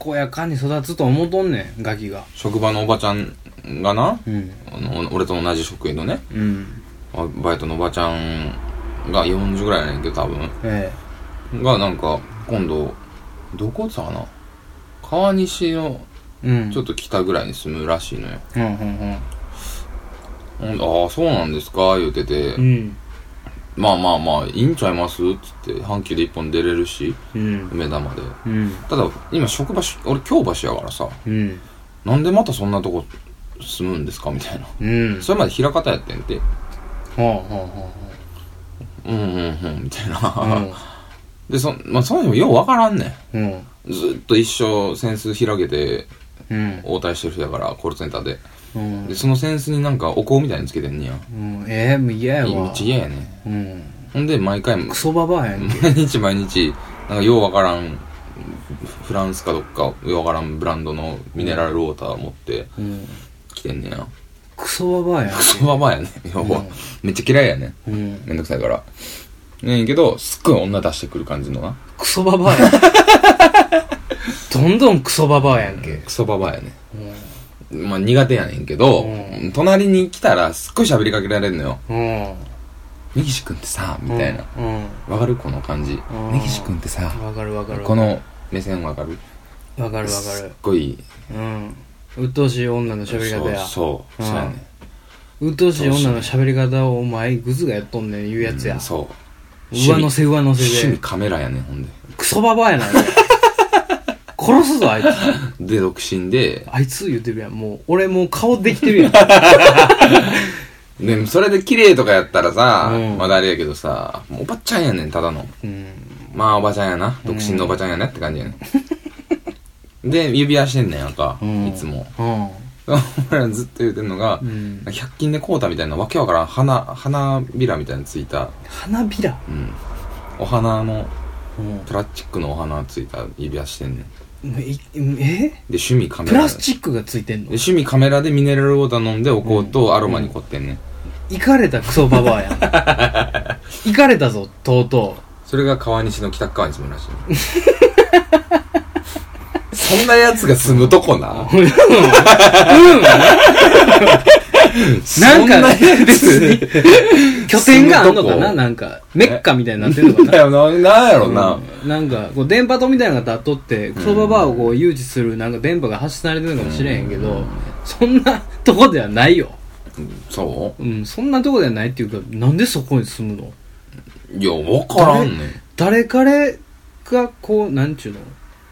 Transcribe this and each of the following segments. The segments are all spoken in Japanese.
健やかに育つと思うとんねん、ガキが。職場のおばちゃんがな、うん。あの俺と同じ職員のね、うん。あバイトのおばちゃんが40ぐらいやねんけど、多分。えが、なんか、今度、どこさかな川西の、え。うん。ちょっと。と北ぐらいに住むらしいのよ。うん、うん、ほんでああ、そうなんですか、言うてて、うん。まあまあまあ、いいんちゃいますつって、阪急で一本出れるし、うん。梅田まで。うん。ただ、今職場し、俺京橋やからさ、うん。なんでまたそんなとこ住むんですかみたいな。うん。それまで枚方やってんて、ほうほうほうんうんうん、みたいうな。ほう。で、そ、まあ、その人もようわからんねうん。うん。ん。ずっと一生センス開けてうん。応対してる人やから、コールセンターで。うんで、。そのセンスになんかお香みたいにつけてんねや。うんええ、もう嫌やいいめわっ。ちゃ嫌やね。うん。ほんで、毎回、クソババアやんけ。毎日毎日、なんかようわからん、フランスかどっか、ようわからんブランドのミネラルウォーター持ってうん。来てんねや。クソババアやんク。ソババアやねん。要はうん。めっちゃ嫌いやねん。うん。めんどくさいから。ねんけど、すっごい女出してくる感じのな。クソババアやん。どんどんクソババアやんけ。クソババアやねうん。ん。まあ苦手やねんけど、う隣に来たらすっごい喋りかけられんのよ。うん。根岸くんってさ、みたいな。うん。わかるこの感じ。ん根岸くんってさ、わかるわかる。この目線わかるわかるわかすっる。ごい。うん。鬱陶しい女の喋り方や。そう、うんそう。そうやね鬱陶しい女の喋り方をお前グズがやっとんねん言うやつうやん。そう。上乗せ上乗趣せ味で。カメラやねん、ほんで。クソババアやな。あ れ殺すぞ、あいつ。で、独身で、あいつ言ってるやん。もう、俺もう顔できてるやん。で、それで綺麗とかやったらさ、うんまだあれやけどさ、もうおばちゃんやねん、ただの。うん。まあおばちゃんやな。独身のおばちゃんやなって感じやね、 ん。で、指輪してんねんやんか、うんいつも。うん。 俺らずっと言うてんのが、うん100均で買うたみたいな、わけわからん花、花びらみたいについた、花びら。うん。お花の、うんプラスチックのお花ついた指輪してんねん。で、ええ趣味カメプラ。ラスチックがついてんので趣味カメラでミネラルウォーター飲んでお香とアロマに凝ってんねん。いかれたクソババアや ん。いかれたぞ、とうとそれが川西の北側に住むらし い。そんな奴が住むとこな。う。うん。なんか、拠点があんのかななんか、メッカみたいになってんのかだなよな、なんやろな。うんなんか、こう、電波塔みたいなのが立っとって、クソババアをこう、誘致する、なんか電波が発信されてるのかもしれへんけど、そんなとこではないよ。そうん、そんなとこではないっていうか、なんでそこに住むのういや、わからんねん。誰彼がこうなんちゅうの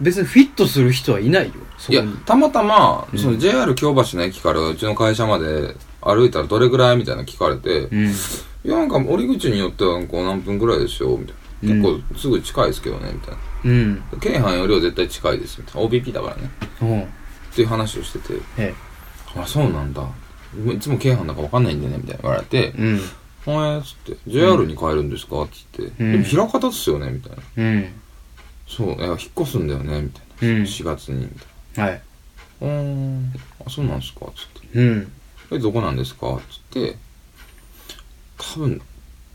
別にフィットする人はいないよそいこやに、たまたま、その JR 京橋の駅からうちの会社まで歩いたらどれぐらいみたいなの聞かれて、いうんや、なんか降り口によってはこう何分ぐらいですよ、みたいな。結構すぐ近いですけどね、みたいな。うん京阪よりは絶対近いです、みたいな。OBP だからね。うんっていう話をしてて、えあ、そうなんだ。いつも京阪だかわかんないんでね、みたいな言われて、うんほえーっつって、JR に帰るんですかって言って、うんでも枚方っすよねみたいな。うんそう、いや、引っ越すんだよねみたいな。うん4月に、みたいはいな。うーん、あ、そうなんですかつって。うんえ、どこなんですかつって、多分、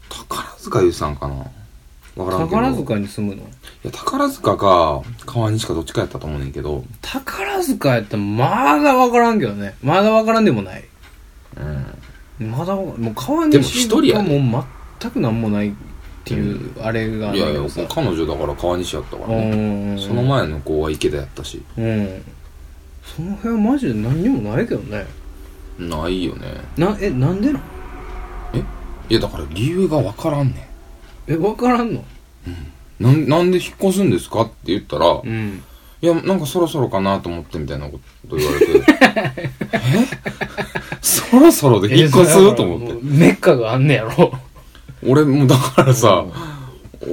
宝塚優さんかなわからんけど。宝塚に住むのいや、宝塚か、川西かどっちかやったと思うねんけど、宝塚やったらまだわからんけどねまだわからんでもないうん。まだわからんもう川でも西一人やねもう全くなんもないっていうあれがあいるやけいや、どもうさ彼女だから川西やったからうね。んその前の子は池田やったし。うんその辺はマジで何にもないけどねないよね。なえなんでなんいや、だから理由がわからんねん。えわからんのなんなんで引っ越すんですかって言ったら、いんや、なんかそろそろかなと思ってみたいなこと言われて、え そろそろで引っ越すと思って。メッカがあんねやろ。俺、もうだからさ、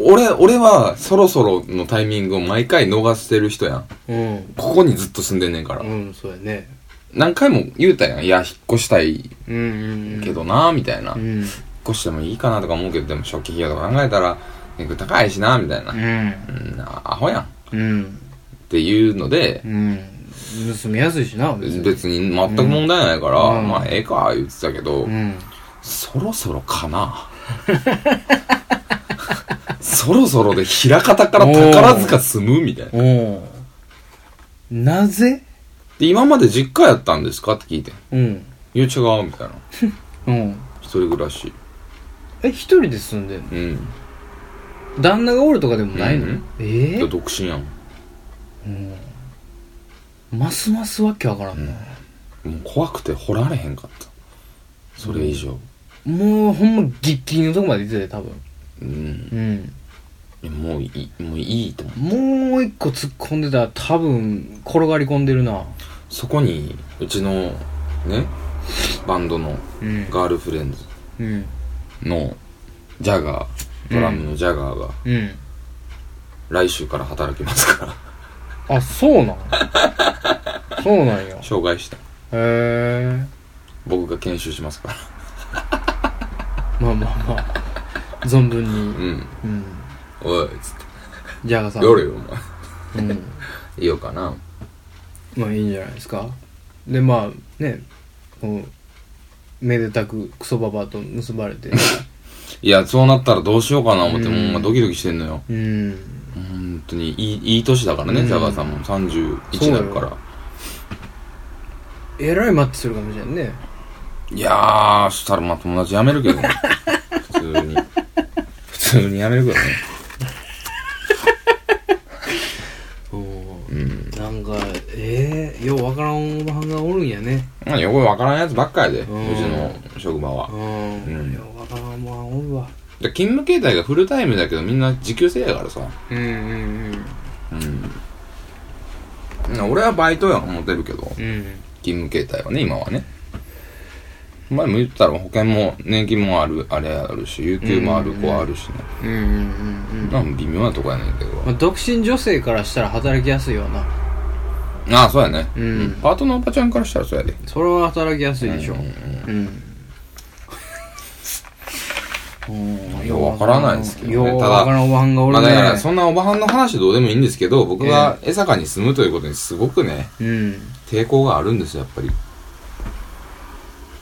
俺、俺はそろそろのタイミングを毎回逃してる人やん。うん。ここにずっと住んでんねんからう。ん、そうやね。何回も言うたやん。いや、引っ越したいうんうんうん。け。どな、みたいな。う引っん。越してもいいかなとか思うけど、でも初期費用とか考えたら、結構高いしな、みたいな。うん。うん、アホやん。っうん。ていうので、うん。盗みやすいしな、別に。別に全く問題ないから、うんまあええか言ってたけど、うん。そろそろかな そろそろで枚方から宝塚住むみたいなおお。なぜで、今まで実家やったんですかって聞いて。うん。いや、違う、みたいな。うん。一人暮らし。え、一人で住んでんのうん。旦那がおるとかでもないの、うんいえやー、独身やん。ますますわけわからんな。もう怖くて掘られへんかった。それ以上。もうほんまギッギリのとこまで行ってたよ、うん。多分。いやもういい、もういいと思う。うん。もう一個突っ込んでたら多分転がり込んでるな。そこに、うちの、ね、バンドの、うん。ガールフレンズうん。の、ジャガー、ドラムのジャガーが、うん。来週から働きますから、 あ、そうなんそうなんや。へ紹介した。え。僕が研修しますから。まあまあまあ。存分うに。ん。うん。おい、つっじゃあさて。ん。やれよ、お前。うん。いいよかな。まあいいんじゃないですかでまあねこうめでたくクソババアと結ばれていや、そうなったらどうしようかな思って、うんもう今ドキドキしてんのよ。うん本当に、いい、いい年だからね、うんジャガーさんも31そうによなるから。えらいマッチするかもしれんねいやー、そしたらまあ友達辞めるけどね。普通に。普通に辞めるけどね。おうん。なんかええようわからんおばはんがおるんやねまあ、よくわからんやつばっかやで、うちんの職場はう。ん、うんようわからんおばはんおるわで勤務形態がフルタイムだけど、みんな時給制やからさ。うんうんうん。俺はバイトや思ってるけど、うんうん勤務形態はね、今はね。前も言ったら保険も年金もある、あれあるし、有給もあるうん子はあるしね。うんうんうんうんなんか微妙なとこやねんけど。まあ、独身女性からしたら働きやすいよなああ、そうやね。うんパートのおばちゃんからしたらそうやで。それは働きやすいでしょうんうん、うんようわからないですけどねようわからんおばはんがおまるあねだから、そんなおばはんの話どうでもいいんですけど、僕が江坂に住むということにすごくね、うん。抵抗があるんですよ、やっぱり。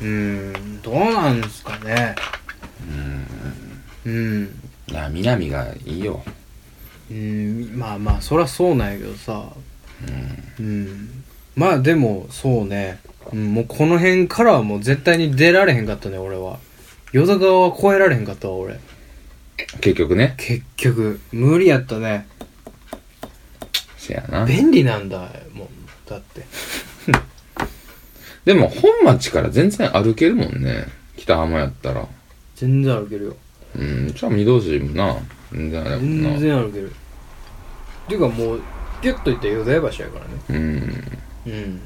うん。どうなんですかね。うん。いや、南がいいよ。うん。まあまあ、そりゃそうなんやけどさ。うん。まあでも、そうね。うん、もうこの辺からはもう絶対に出られへんかったね、俺は。淀川は越えられへんかったわ、俺。結局ね。結局、無理やったね。せやな。便利なんだもん。だって。でも、本町から全然歩けるもんね。北浜やったら。全然歩けるよ。うん、じゃあ、御堂筋もな。全然あれやもんな。全然歩ける。っていうかもう、ギュッといったら淀屋橋やからね。うん。うん。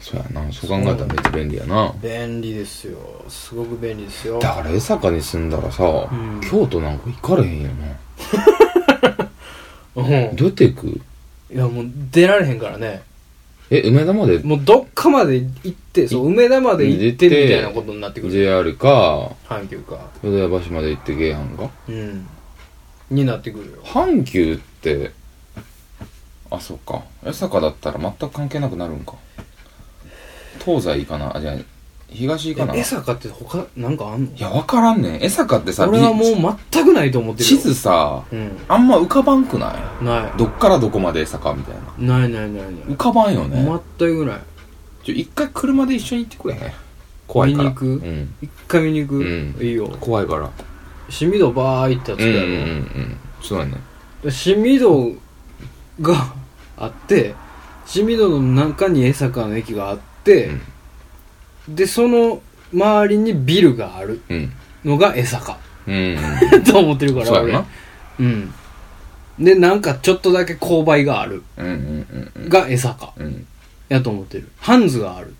そうやな。そう考えたらめっちゃ便利やな。便利ですよすごく便利ですよだから、江坂に住んだらさ、ん京都なんか行かれへんよな。うんいどうやって行くやもう出られへんからねえ、梅田までもうどっかまで行ってそう梅田まで行ってみたいなことになってくる JR か、阪急か淀屋橋まで行って京阪か。うんになってくるよ阪急って、あ、そっか。江坂だったら全く関係なくなるんか。東西行かなあ、じゃあ、東行かなえ江坂って他なんかあんのいや、わからんねん。江坂ってさ、俺はもビう全くないと思ってる地図さ、うんあんま浮かばんくなないいどっからどこまで江坂みたいな。ないないない浮かばんよね。ない全くないちょ、一回車で一緒に行ってくれへん。怖いから。見に行くうん。一回見に行く、うんいいよ怖いから。清水バー行ったやつうんだうんうよ、ん。そうだね。清水堂があって清水堂の中に江坂の駅があって、でその周りにビルがあるうん。のが江坂うん。うん。と思ってるからそうやな。俺うんでなんかちょっとだけ勾配があるうんうんうんうん。が江坂うん。やと思ってるハンズがある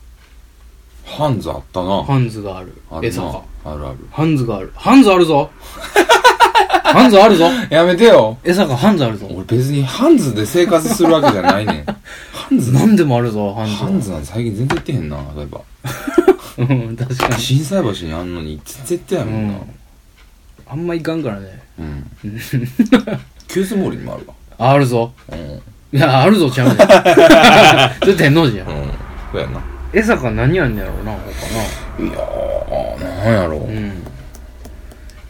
ハンズあったな。ハンズがあるあ江るな坂。あるある。ハンズがあるハンズある ぞハンズあるぞやめてよ。江坂ハンズあるぞ俺別にハンズで生活するわけじゃな いねん。ハンズ何でもあるぞハンズはハンズなんて最近全然行ってへんな、例えば。うん確かに心斎橋にあんのに全然行ってないもんな。あんまいかんからねうん。急須森にもあるわ。あるぞうん。いや、あるぞ、ちゃうねん。 それ天王寺やん。うん。そうやな。江坂何やんねやろうな、他いやー、なんやろな。うん。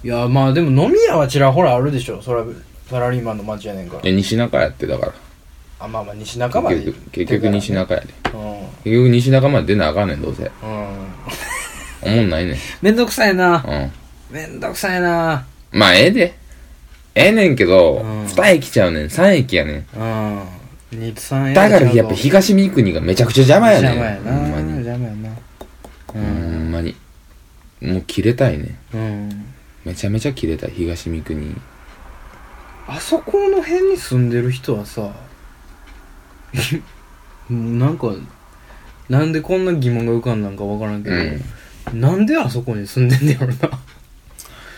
いや、まあでも飲み屋はちらほらあるでしょ。そら、サラリーマンの街やねんから。え、西中やってだから。あまあまあ西中まで結行っ局てからね結局西中やでうん結局西中まで出なあかんねんどうせうんおもんないねんめんどくさいなうんめんどくさいなまあええでええねんけど、うん2駅ちゃうねん3駅やねんうん二と三だからやっぱ東三国がめちゃくちゃ邪魔やねん邪魔やなほんまに邪魔やなうほんんまにもう切れたいねうんめちゃめちゃ切れたい東三国あそこの辺に住んでる人はさもうなんかなんでこんな疑問が浮かんだんかわからんけど、うんなんであそこに住んでんねやろな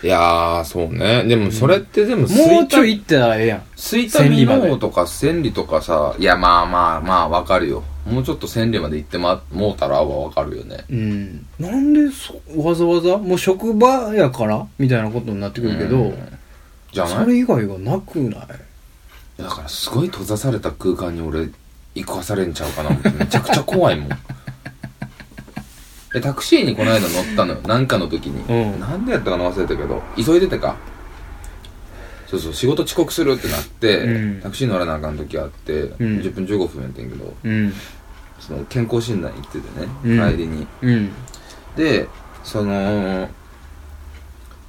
いやーそうねでもそれってでももうちょい行ってたらええやん水田美濃とか千里とかさいやまあまあまあわかるよもうちょっと千里まで行ってまもうたらはわかるよねうん、なんでそわざわざもう職場やからみたいなことになってくるけど、うんじゃそないれ以外がなくないだからすごい閉ざされた空間に俺行かされんちゃうかな思ってめちゃくちゃ怖いもん でタクシーにこの間乗ったのよなんかの時に、うんなんでやったかな忘れたけど急いでてかそうそう仕事遅刻するってなって、うんタクシー乗らなあかん時あって、ん10分15分やってんけどうんその健康診断行っててね、うん帰りにうんでその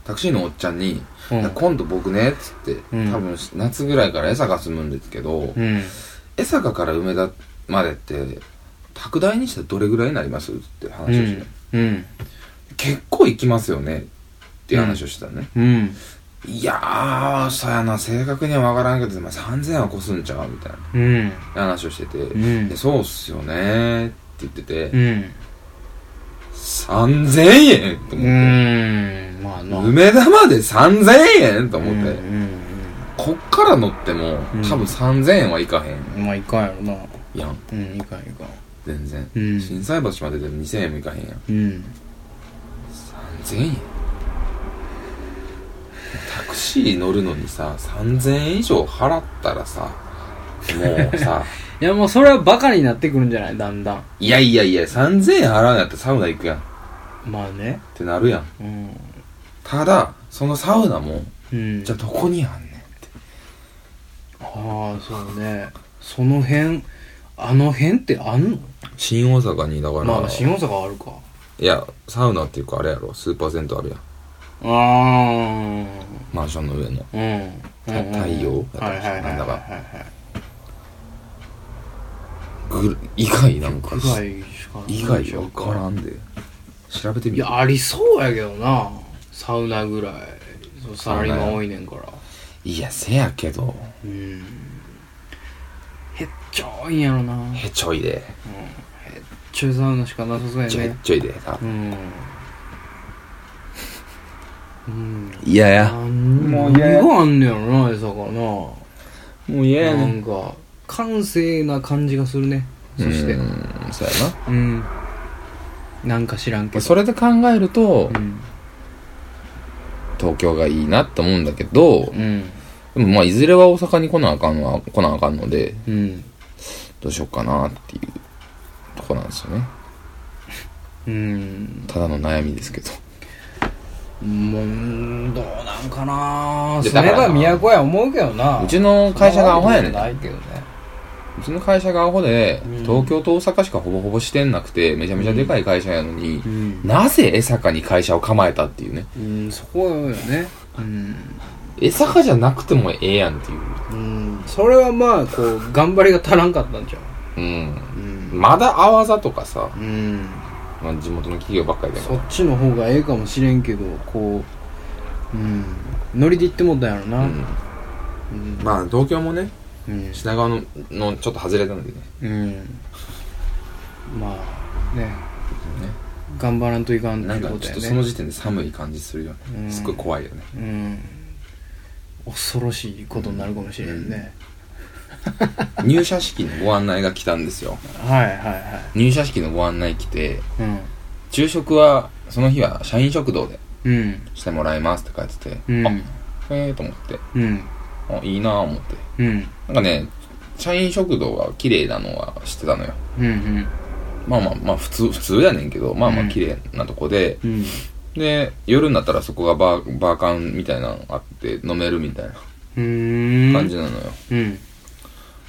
タクシーのおっちゃんに「うんいや今度僕ね」っつって、うん多分夏ぐらいから江坂住むんですけど、うん江坂から梅田までって拓大にしたらどれぐらいになりますって話をして、うん結構行きますよねっていう話をしてたのね、うんいやーそやな正確には分からんけど、まあ、3000は越すんちゃうみたいなうん話をしてて、んでそうっすよねーって言ってて、うん3000円とう思って、んまあな梅田まで3000円と思って、うんこっから乗ってもうん多分3000円はいかへんうんまあいかんやろなやんうんいかんいかん全然、うん心斎橋まででも2000円もいかへんやんうん3000円タクシー乗るのにさ3000円以上払ったらさもう さいやもうそれはバカになってくるんじゃないだんだんいやいやいや3000円払うんやったらサウナ行くやんっまあねてなるやんうんただそのサウナもうんじゃあどこにあんねんってああそうねその辺あの辺ってあんの新大阪にだから、まあ新大阪あるかいやサウナっていうかあれやろスーパー銭湯あるやんああマンションの上のうんうんうん太陽はいはいはいはいなんだかはいぐる以外なんか区外しかない以外分からんで調べてみいてやありそうやけどなサウナぐらいそうサラリーマサウナンや多いねんからいやせやけどうんへっちょいんやろなへっへちょいでちょいサウナしかなさそうやちょいねちょいでさうんうんいやや何ももうう嫌や何があんねやろな江坂なもう嫌なんか閑静な感じがするねそしてうんそうやなうんなんか知らんけまあどそれで考えると、うん東京がいいなと思うんだけどう、んでもまあいずれは大阪に来なあかんのは来なあかんのでうんどうしようかなっていうとこなんですよねうんただの悩みですけどもうどうなんかなで住めだからばな都や思うけどなうちの会社がアホやねそんんなわうけでもないけどねちの会社がアホでうん東京と大阪しかほぼほぼしてんなくてめちゃめちゃでかい会社やのにうん、なぜ江坂に会社を構えたっていうねうん、そこよねうん、江坂じゃなくてもええやんっていううん、それはまあこう頑張りが足らんかったんじゃうんううん、まだあわざとかさ、うん、まあ、地元の企業ばっかりだかそっちの方がええかもしれんけどこううんノリで言ってもったんやろら、なうん、うんまあ東京もねうん、品川ののちょっと外れたんでねうん、まあねね頑張らんといかんってないんうかことちょやっとねその時点で寒い感じするよね、うんすっごい怖いよねうん恐ろしいことになるかもしれんね、入社式のご案内が来たんですよはいはいは入社式のご案内来ていうん昼食はその日は社員食堂でうんしてもらいますって書いてて、うんあへえーと思ってうんあいいなあ思ってうんなんかね社員食堂は綺麗なのは知ってたのようんまあまあまあ普通普通やねんけどまあまあうん綺麗なとこで、うんで夜になったらそこがバーバーカンみたいなのあって飲めるみたいなうん感じなのよ、うん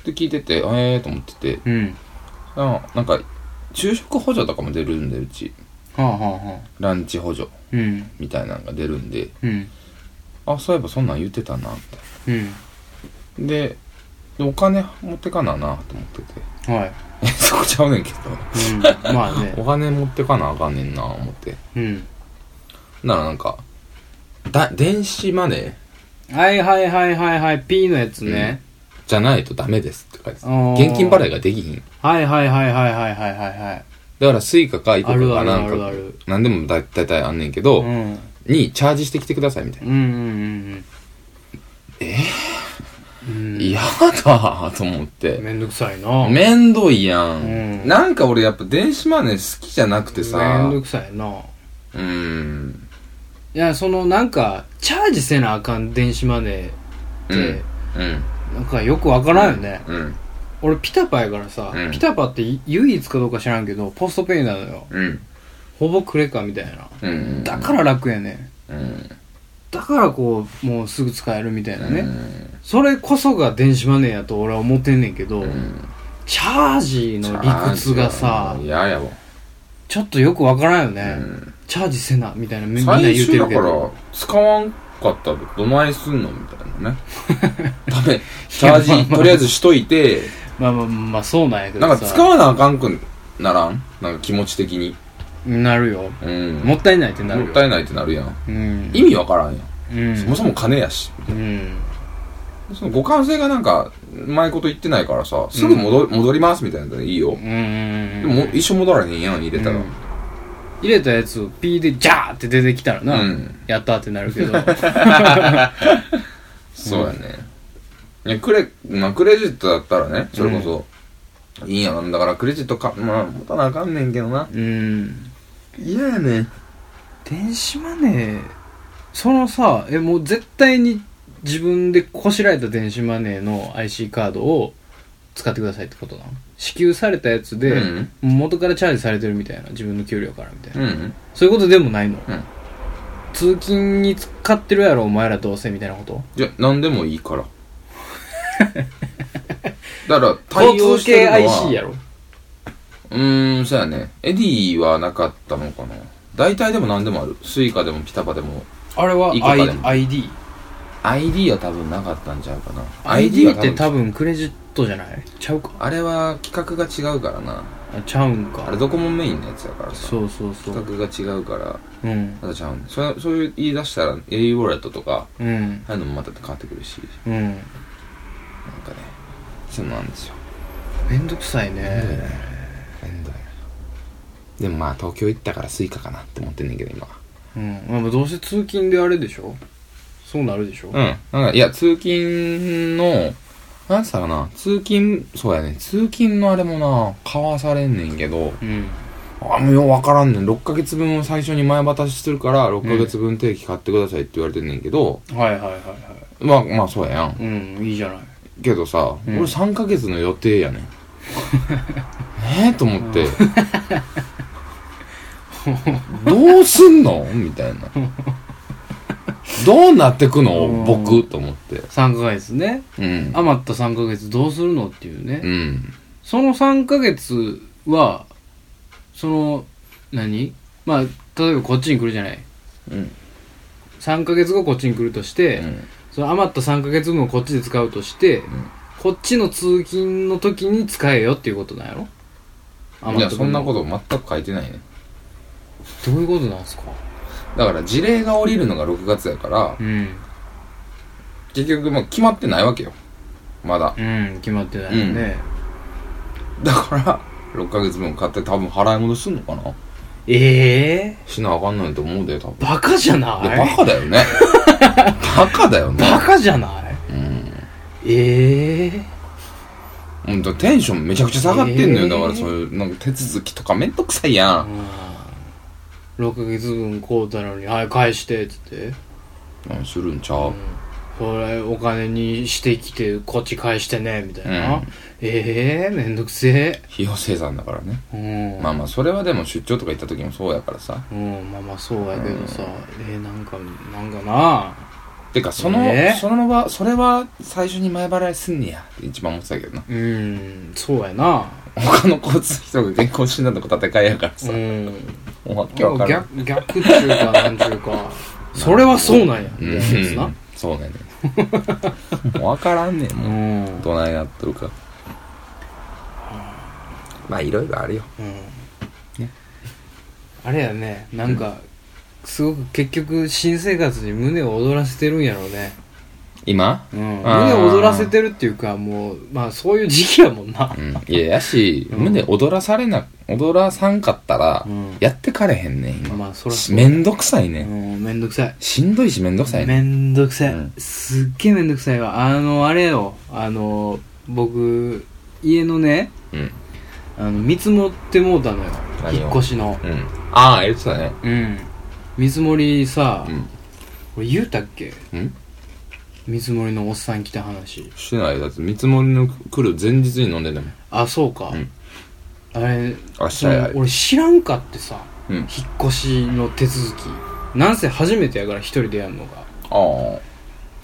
で聞いてて、あええー、と思ってて、うんあなんか、昼食補助とかも出るんで、うち。はあはあはあランチ補助うんみたいなのが出るんで、うんあ、そういえばそんなん言ってたな、みたいうんな。で、でお金持ってかなな、と思ってて。 はいえ、そこちゃうねんけど。うんまあねお金持ってかなあかんねんな、思って。うんならなんか、だ、電子マネーはいはいはいはいはい P のやつね、じゃないとダメですって書いてあーた現金払いができひん。はいはいはいはいはいはいはいはいだからスイカかイコあカるかあるなんあるあかる、なんでもだだいたいあんねんけど、うんにチャージしてきてくださいみたいうんな。うんうんうんえ嫌だと思っえて。めんどくさいなめんどいやん,、うんなんか俺やっぱ電子マネー好きじゃなくてめさん、どくさいなうん。いやそのなんかチャージせなあかん電子マネーって、うん。うん。なんかよくわからんよね、うん。俺ピタパやからさ、うんピタパって唯一かどうか知らんけどポストペイなのようん。ほぼクレカみたいなうん。だから楽やねんうん。だからこうもうすぐ使えるみたいなね、うんそれこそが電子マネーやと俺は思ってんねんけど、うん。チャージの理屈がさいややわ。ちょっとよくわからんよね、うんチャージせなみたいなみみんな最言って初るだけからど、使わんかったらどないすんのみたい なね。ダメ。チャいーやジ、まあまあとりあえずしといて、まあまあまあそうなんやけどなさんか使わなあかんくならんなんか気持ち的に。なるようん。もったいないってなるよもったいないってなるやん。うん意味わからんやん。うんそもそも金やし。うんその互換性がなんか、うまいこと言ってないからさ、すぐ戻,、戻りますみたいなのでいいよう。んでも一緒戻らへんやん、入れたら。ううんん。入れたやつをピーでジャーって出てきたらな、やったーってなるけど そうやね。いや、クレ、まあクレジットだったらね、それこそ、いいやん。だからクレジットか、まあ、持たなあかんねんけどな。うん嫌やねん。電子マネーそのさえもう絶対に自分でこしらえた電子マネーの IC カードを使ってくださいってことなの支給されたやつで、うん元からチャージされてるみたいな自分の給料からみたいな、うん。そういうことでもないの、うん通勤に使ってるやろお前らどうせみたいなこといや、なんでもいいから。 だから、対応交通して系るの IC やは、ろうーん、そうやね。エディはなかったのかな。大体でも何でもある。スイカでもピタパでも。あれはイコカでも ID ID は多分なかったんちゃうかな。 ID って多分。分クレジットじゃないちゃうかあれは企画が違うからな。あちゃうんあかれドコモメインのやつやからさ。そうそうそう企画が違うから、うんまたちゃうね。それそういう言い出したら、au ウォレットとか、うんああいうのもまた変わってくるし、うんなんかね、そうなんですよ。めんどくさいねめんどいなでもまあ東京行ったからスイカかなって思ってんねんけど今うんまあまあどうせ通勤であれでしょそうなるでしょうんなんかいや通勤のなんつったかな通勤そうやね通勤のあれもな買わされんねんけどうんあもうようわからんねん6ヶ月分を最初に前渡しするから6ヶ月分定期買ってくださいって言われてんねんけど、はいはいはいはまあまあそうやんいうんいいじゃないけどさ、うん俺3ヶ月の予定やねん えーと思って、どうすんのみたいなどうなってくの、うん僕と思って3ヶ月ねうん余った3ヶ月どうするのっていうねうんその3ヶ月はその何まあ例えばこっちに来るじゃないうん3ヶ月後こっちに来るとして、その余った3ヶ月分をこっちで使うとして、んこっちの通勤の時に使えよっていうことなんやろいやそんなことと全く書いてないねどういうことなんすかだから事例が降りるのが6月やからうん結局もう決まってないわけよまだうん決まってないよね、だから6ヶ月分買って多分払い戻すんのかなええしなあかんないと思うで多分ー、バカじゃいなやいバカだよね バカだよねバカじゃないうんええー、ほんとテンションめちゃくちゃ下がってんのよ、えーだからそういうなんか手続きとかめんどくさいやん、 6ヶ月分買うたのに「はい返して」っつって、うん、するんちゃう、それお金にしてきてこっち返してねみたいな、うんええー、めんどくせ費用生産だからね、えうんまあまあそれはでも出張とか行った時もそうやからさうんまあまあそうやけどさ、えー、なんかなんかなてかその、えーその場それは最初に前払いすんねやって一番思ってたけどなうんそうやな他の交通費とか健康診断とか戦いやからさ、うんおわけわから逆ん逆っていうかなんていうか それはそうなんやうんみたいなやつなそうだねもう分からんねんう、もうんどないなっとるかまあいろいろあるようんねあれやねなんか、すごく結局新生活に胸を躍らせてるんやろうね、今うん、あー胸を躍らせてるっていうかもうまあそういう時期やもんなうんいややしうん胸踊らされな踊らさんかったらうんやってかれへんねん今まあそらしめんどくさいねんうんめんどくさいしんどいしめんどくさいめねんどくさい、うんすっげえめんどくさいわあのあれよあの僕家のねうんあの見積もってもうたのよ何を引っ越しのうんああ言ってたねうん見積もりさ、う俺言うたっけんうん見積もりのおっさん来た話してないだって見積もりの来る前日に飲んでたもんあそうか、うんあれ明日そのや俺知らんかってさうん引っ越しの手続きなんせ初めてやから一人でやるのが、ああ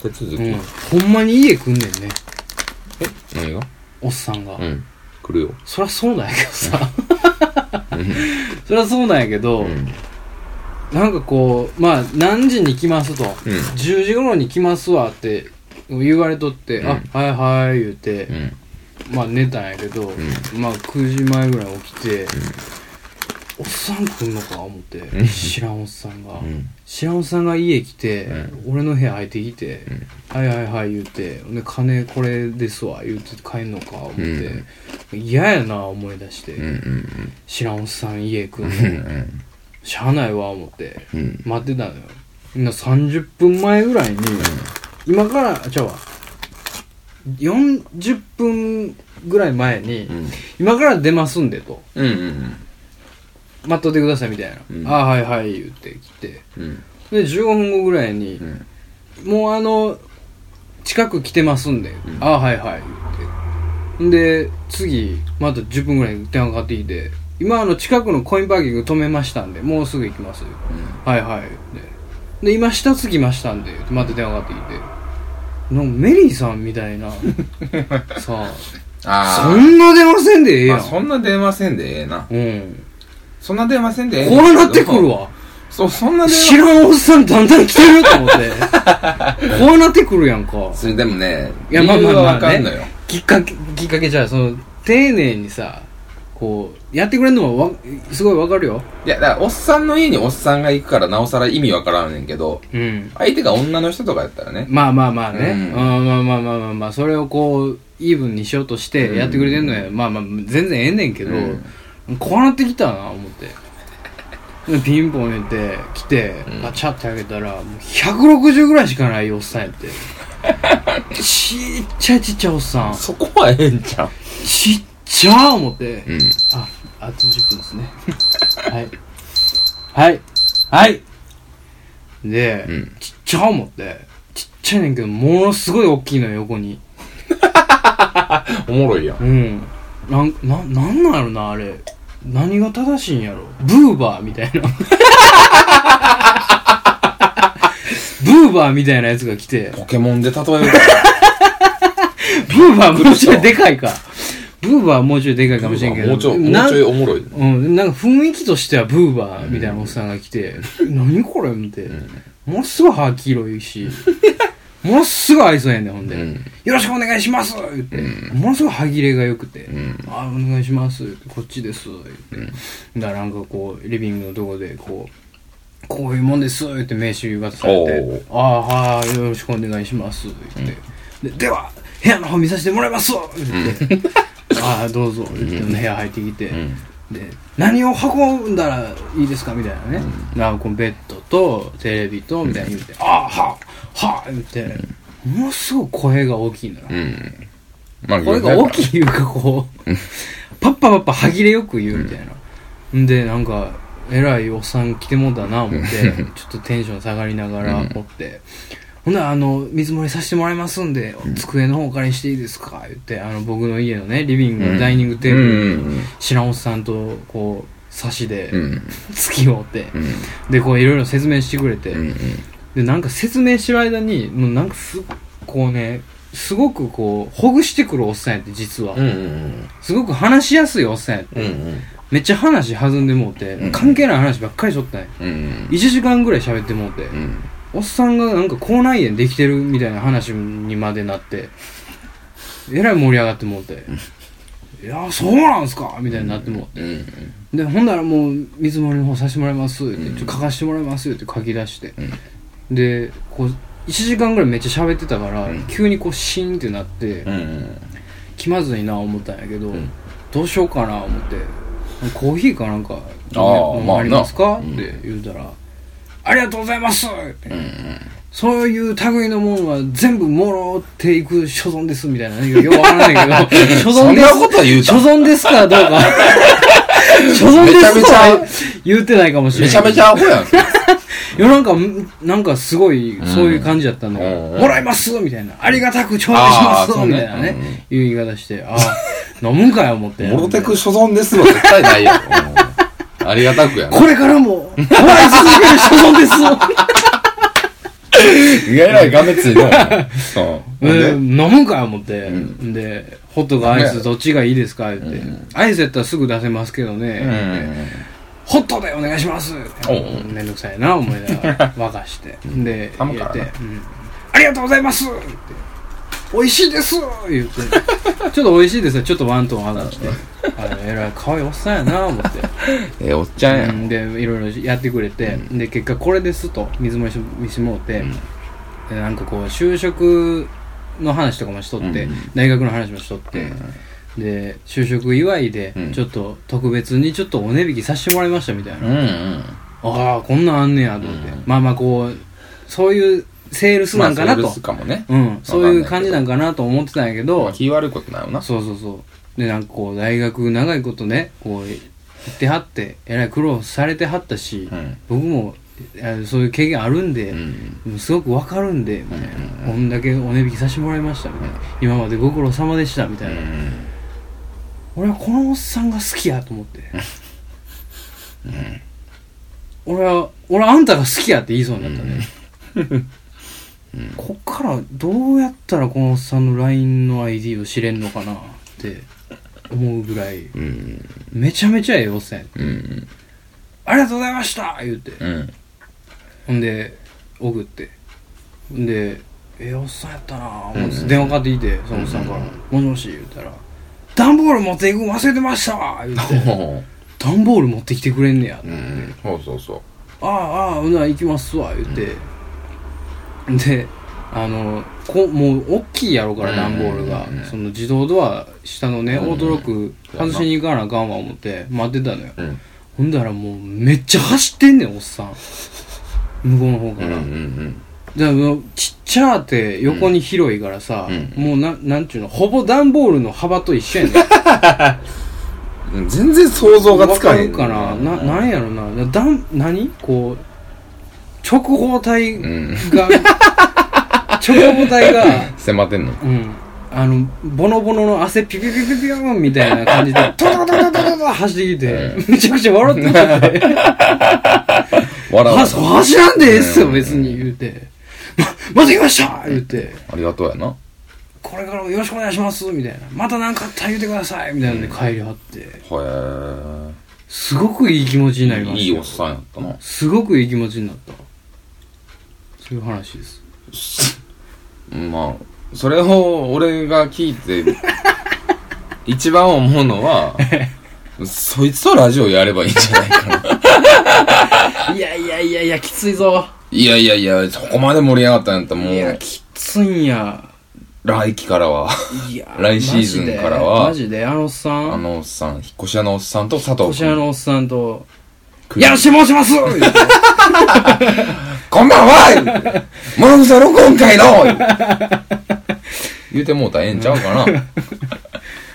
手続きうん、ほんまに家来んねんね何がおっさんが、うん来るよそりゃそうなんやけどさうん そりゃそうなんやけど、うんなんかこうまあ何時に来ますと、10時頃に来ますわって言われとって、うんあはいはい言うて、うんまあ寝たんやけど、んまあ9時前ぐらい起きて、おっさん来んのか思って、うん知らんおっさんが、うん知らんおっさんが家来て、う俺の部屋入ってきて、はいはいはい言うてほんで金これですわ言うて帰んのか思って嫌、やな思い出して、うんうん知らんおっさん家来んうの、んしゃあないわ思ってうん待ってたのよみんな30分前ぐらいに、今からじゃあ40分ぐらい前に、うん今から出ますんでとうんうん待っとってくださいみたいな、うんああはいはい言って来てうんで15分後ぐらいに、うんもうあの近く来てますんで、んああはいはい言ってで次また10分ぐらいに電話かかってきて今あの近くのコインパーキング止めましたんでもうすぐ行きます、はいはい言ってで今下着きましたんでまた電話かかってきてなんかメリーさんみたい なさあそあんな出ませんでええーやまあんそんな電話せんでええなうんそんな電話せんでええねんけど怖なってくるわそうそんな電知話らんおっさんだんだん来てると思って怖なってくるやんかそれでもねいやまあまあまあねわかんのよきっかけきっかけじゃあその丁寧にさこうやってくれるのはわすごいわかるよいやだからおっさんの家におっさんが行くからなおさら意味わからんねんけどうん相手が女の人とかやったらねまあまあまあね、うんうんまあまあまあまあまあそれをこうイーブンにしようとしてやってくれてんのや、まあまあ全然ええねんけど、怖なってきたな思ってでピンポン言って来てガチャって開けたらもう160ぐらいしかないおっさんやって ちっちゃいちっちゃいおっさんそこはええんちゃうちっちゃー思って、うんあ、あと10分ですね。はい。はい。はい。で、うんちっちゃ思って、ちっちゃいねんけど、ものすごい大きいのよ、横に。おもろいやんうん。なん、な、なんなんやろな、あれ。何が正しいんやろ。ブーバーみたいな。 ブーバーみたいなやつが来て、ポケモンで例えるからブーバーもうちょいでかいか。ブーバーはもうちょいでかいかもしれんけど。もうちょいもなうちょいおもろいうん、なんか雰囲気としてはブーバーみたいなおっさんが来て、何これ見て、ものすごい歯黄色い し、ものすごい愛想やねん、ほんで、うんよろしくお願いします言って、ものすごい歯切れが良くて、んあ、お願いします言ってこっちです言って、だからなんかこう、リビングのとこでこう、こういうもんですって名刺渡されおてう、ああ、はい、よろしくお願いします言って、ででは、部屋の方見させてもらいます言って、ああ、どうぞ言って、部屋入ってきて、んで何を運んだらいいですかみたいなね、なんかこのベッドとテレビとみたいな言って、ああはあはあ言って、ものすごい声が大きいのよ、うんまあ声が大きいいうかこうパッパパッパ歯切れよく言うみたいな、ん、でなんかえらいおっさん来てもうたな思ってちょっとテンション下がりながらおって、ほんならあの見積もりさせてもらいますんで、机の方お借りしていいですか言ってあの僕の家のねリビングのダイニングテーブル、うんうん知らんおっさんとこう差しでうん付き合って、うんでこういろいろ説明してくれて、うんうんでなんか説明してる間にもうなんかすこうねすごくこうほぐしてくるおっさんやって実は、うんうんすごく話しやすいおっさんやって、うんうんめっちゃ話弾んでもうて、うん関係ない話ばっかりしとったんやうんうん1時間ぐらい喋ってもうて、うんおっさんがなんか口内炎できてるみたいな話にまでなってえらい盛り上がってもうて「いやそうなんすか!」みたいになってもうて、うんうんでほんだらもう「水盛りの方させてもらいます」って「うんちょっと書かせてもらいます」って書き出して、でこう1時間ぐらいめっちゃ喋ってたから、うん急にこうシーンってなって、うんうん気まずいな思ったんやけど、うんどうしようかな思ってコーヒーかなんか、ね、あー飲まあまありますか、なうんって言うたら、ありがとうございますって、うんうんそういう類のものは全部もろっていく所存ですみたいなねよくわからないけど所 そ存んでなすこと言う所と存ですかどう か所存でめちゃすめとちゃは言ってないかもしれめないちゃめちゃアホやんいやなんかなんかすごいそういう感じだったの、うんもらいますみたいなありがたく頂戴しまあーそすうみねたいなねいう言い方してああ 飲むんかよ思ってもろてく所存ですは絶対ないようんありがたくやなこれからももらい続ける所存です 意外な画面ついてないうんほんでえー飲むんかよ思って、うでホットかアイスどっちがいいですか言って、うんアイスやったらすぐ出せますけどね、うホットでお願いしますおうめんどくさいな思いながら 沸かしてで頼入むれからて、なうんありがとうございます」って「美味しいです」言って ちょっと美味しいですよちょっとワントーン上がってあのえらい可愛いおっさんやな思 ってんえおっちゃんやうんんでいろいろやってくれて、で結果これですと水も見しもうて、うんでなんかこう就職の話とかもしとって、うん大学の話もしとって、で就職祝いでうんちょっと特別にちょっとお値引きさせてもらいましたみたいなうんうんああこんなんあんねやと思って、うんまあまあこうそういうセールスなんかなと、まあセールスかもねうんそういう感じなんかなと思ってたんやけど、まあ気悪いことないよなそうそうそうでなんかこう大学長いことねこう行ってはってえらい苦労されてはったし、うん僕もえそういう経験あるんで、うんもうすごくわかるんで、みたいなうんうんうこんんだけお値引きさせてもらいましたみたいな、今までご苦労様でしたみたいな、俺はこのおっさんが好きやと思って、俺は俺はあんたが好きやって言いそうになったね、こっからどうやったらこのおっさんの LINE の ID を知れんのかなって思うぐらいうんめちゃめちゃええおっさんやうんうんありがとうございました言うて、うんほんで送ってほんで「ええおっさんやったな」思ってうん電話かかってきてそのおっさんから「もしもし」言うたら「段ボール持っていくん忘れてましたわ」言うてほ「段ボール持ってきてくれんねや」ううんそうそうそああああほな行きますわ」言うて、であのこもう大きいやろからうん段ボールが、うんその自動ドア下のね、うんオートロック外しに行かなあかんわ思って待ってたのよううんほんだらもうめっちゃ走ってんねんおっさん向こうの方うかんうら、んでもちっちゃーって横に広いからさ、うもうななんちゅうのほぼ段ボールの幅と一緒やねんうん全然想像がつかへんわかるかなななんやろなだん何こう直方体うが、ん 直方体が迫ってんのうんあのボノボノの汗ピピピピピューンみたいな感じ でトロトロトロトロトロ走ってきて、めちゃくちゃ笑ってたって笑はわ走らんでええっすようん別に言うて「ままた来ました!」言うて。ありがとうやなこれからもよろしくお願いしますみたいなまた何かあったら言うてくださいみたいなんで帰りはって、へすごくいい気持ちになりまえしたいいよおっさんやったなすごくいい気持ちになったそういう話ですまあそれを俺が聞 いて一番思うのはそいつとラジオやればいいんじゃないかないやいやいやいやきついぞいやいやいやそこまで盛り上がったんやったらもいやうきついんや来期からはいや来シーズンからはマジでマジであのおっさあんのおっさん引っ越し屋のおっさんと佐こ藤ちら君のおっさんと「来るよろしく申します!」言うてこんばんはモノグサ録音 会の言うてもうたらええんちゃう かな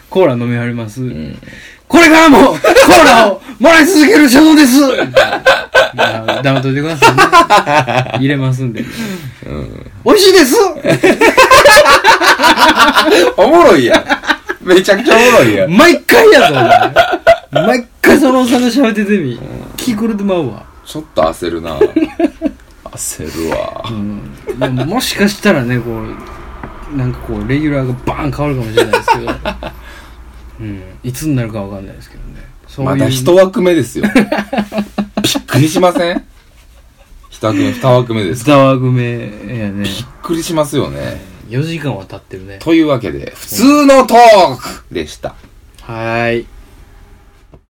コーラ飲みはります、うんこれからもコーラをもらい続ける所存ですいや黙っといてくださいね入れますんでうん美味しいですおもろい やんめちゃくちゃおもろいやん毎回やぞ、お前。毎回そのおっさんが喋っててみ。気狂ってまうわ。 ちょっと焦るな焦るわうん、でももしかしたらねこうなんかこうレギュラーがバーン変わるかもしれないですけ ど、うん、いつになるかわかんないですけどねそういうまだ一枠目 ですよびっくりしません一枠目二枠目ですざわぐめや ねびっくりしますよね4時間は経ってるねというわけで普通のトークでしたはーい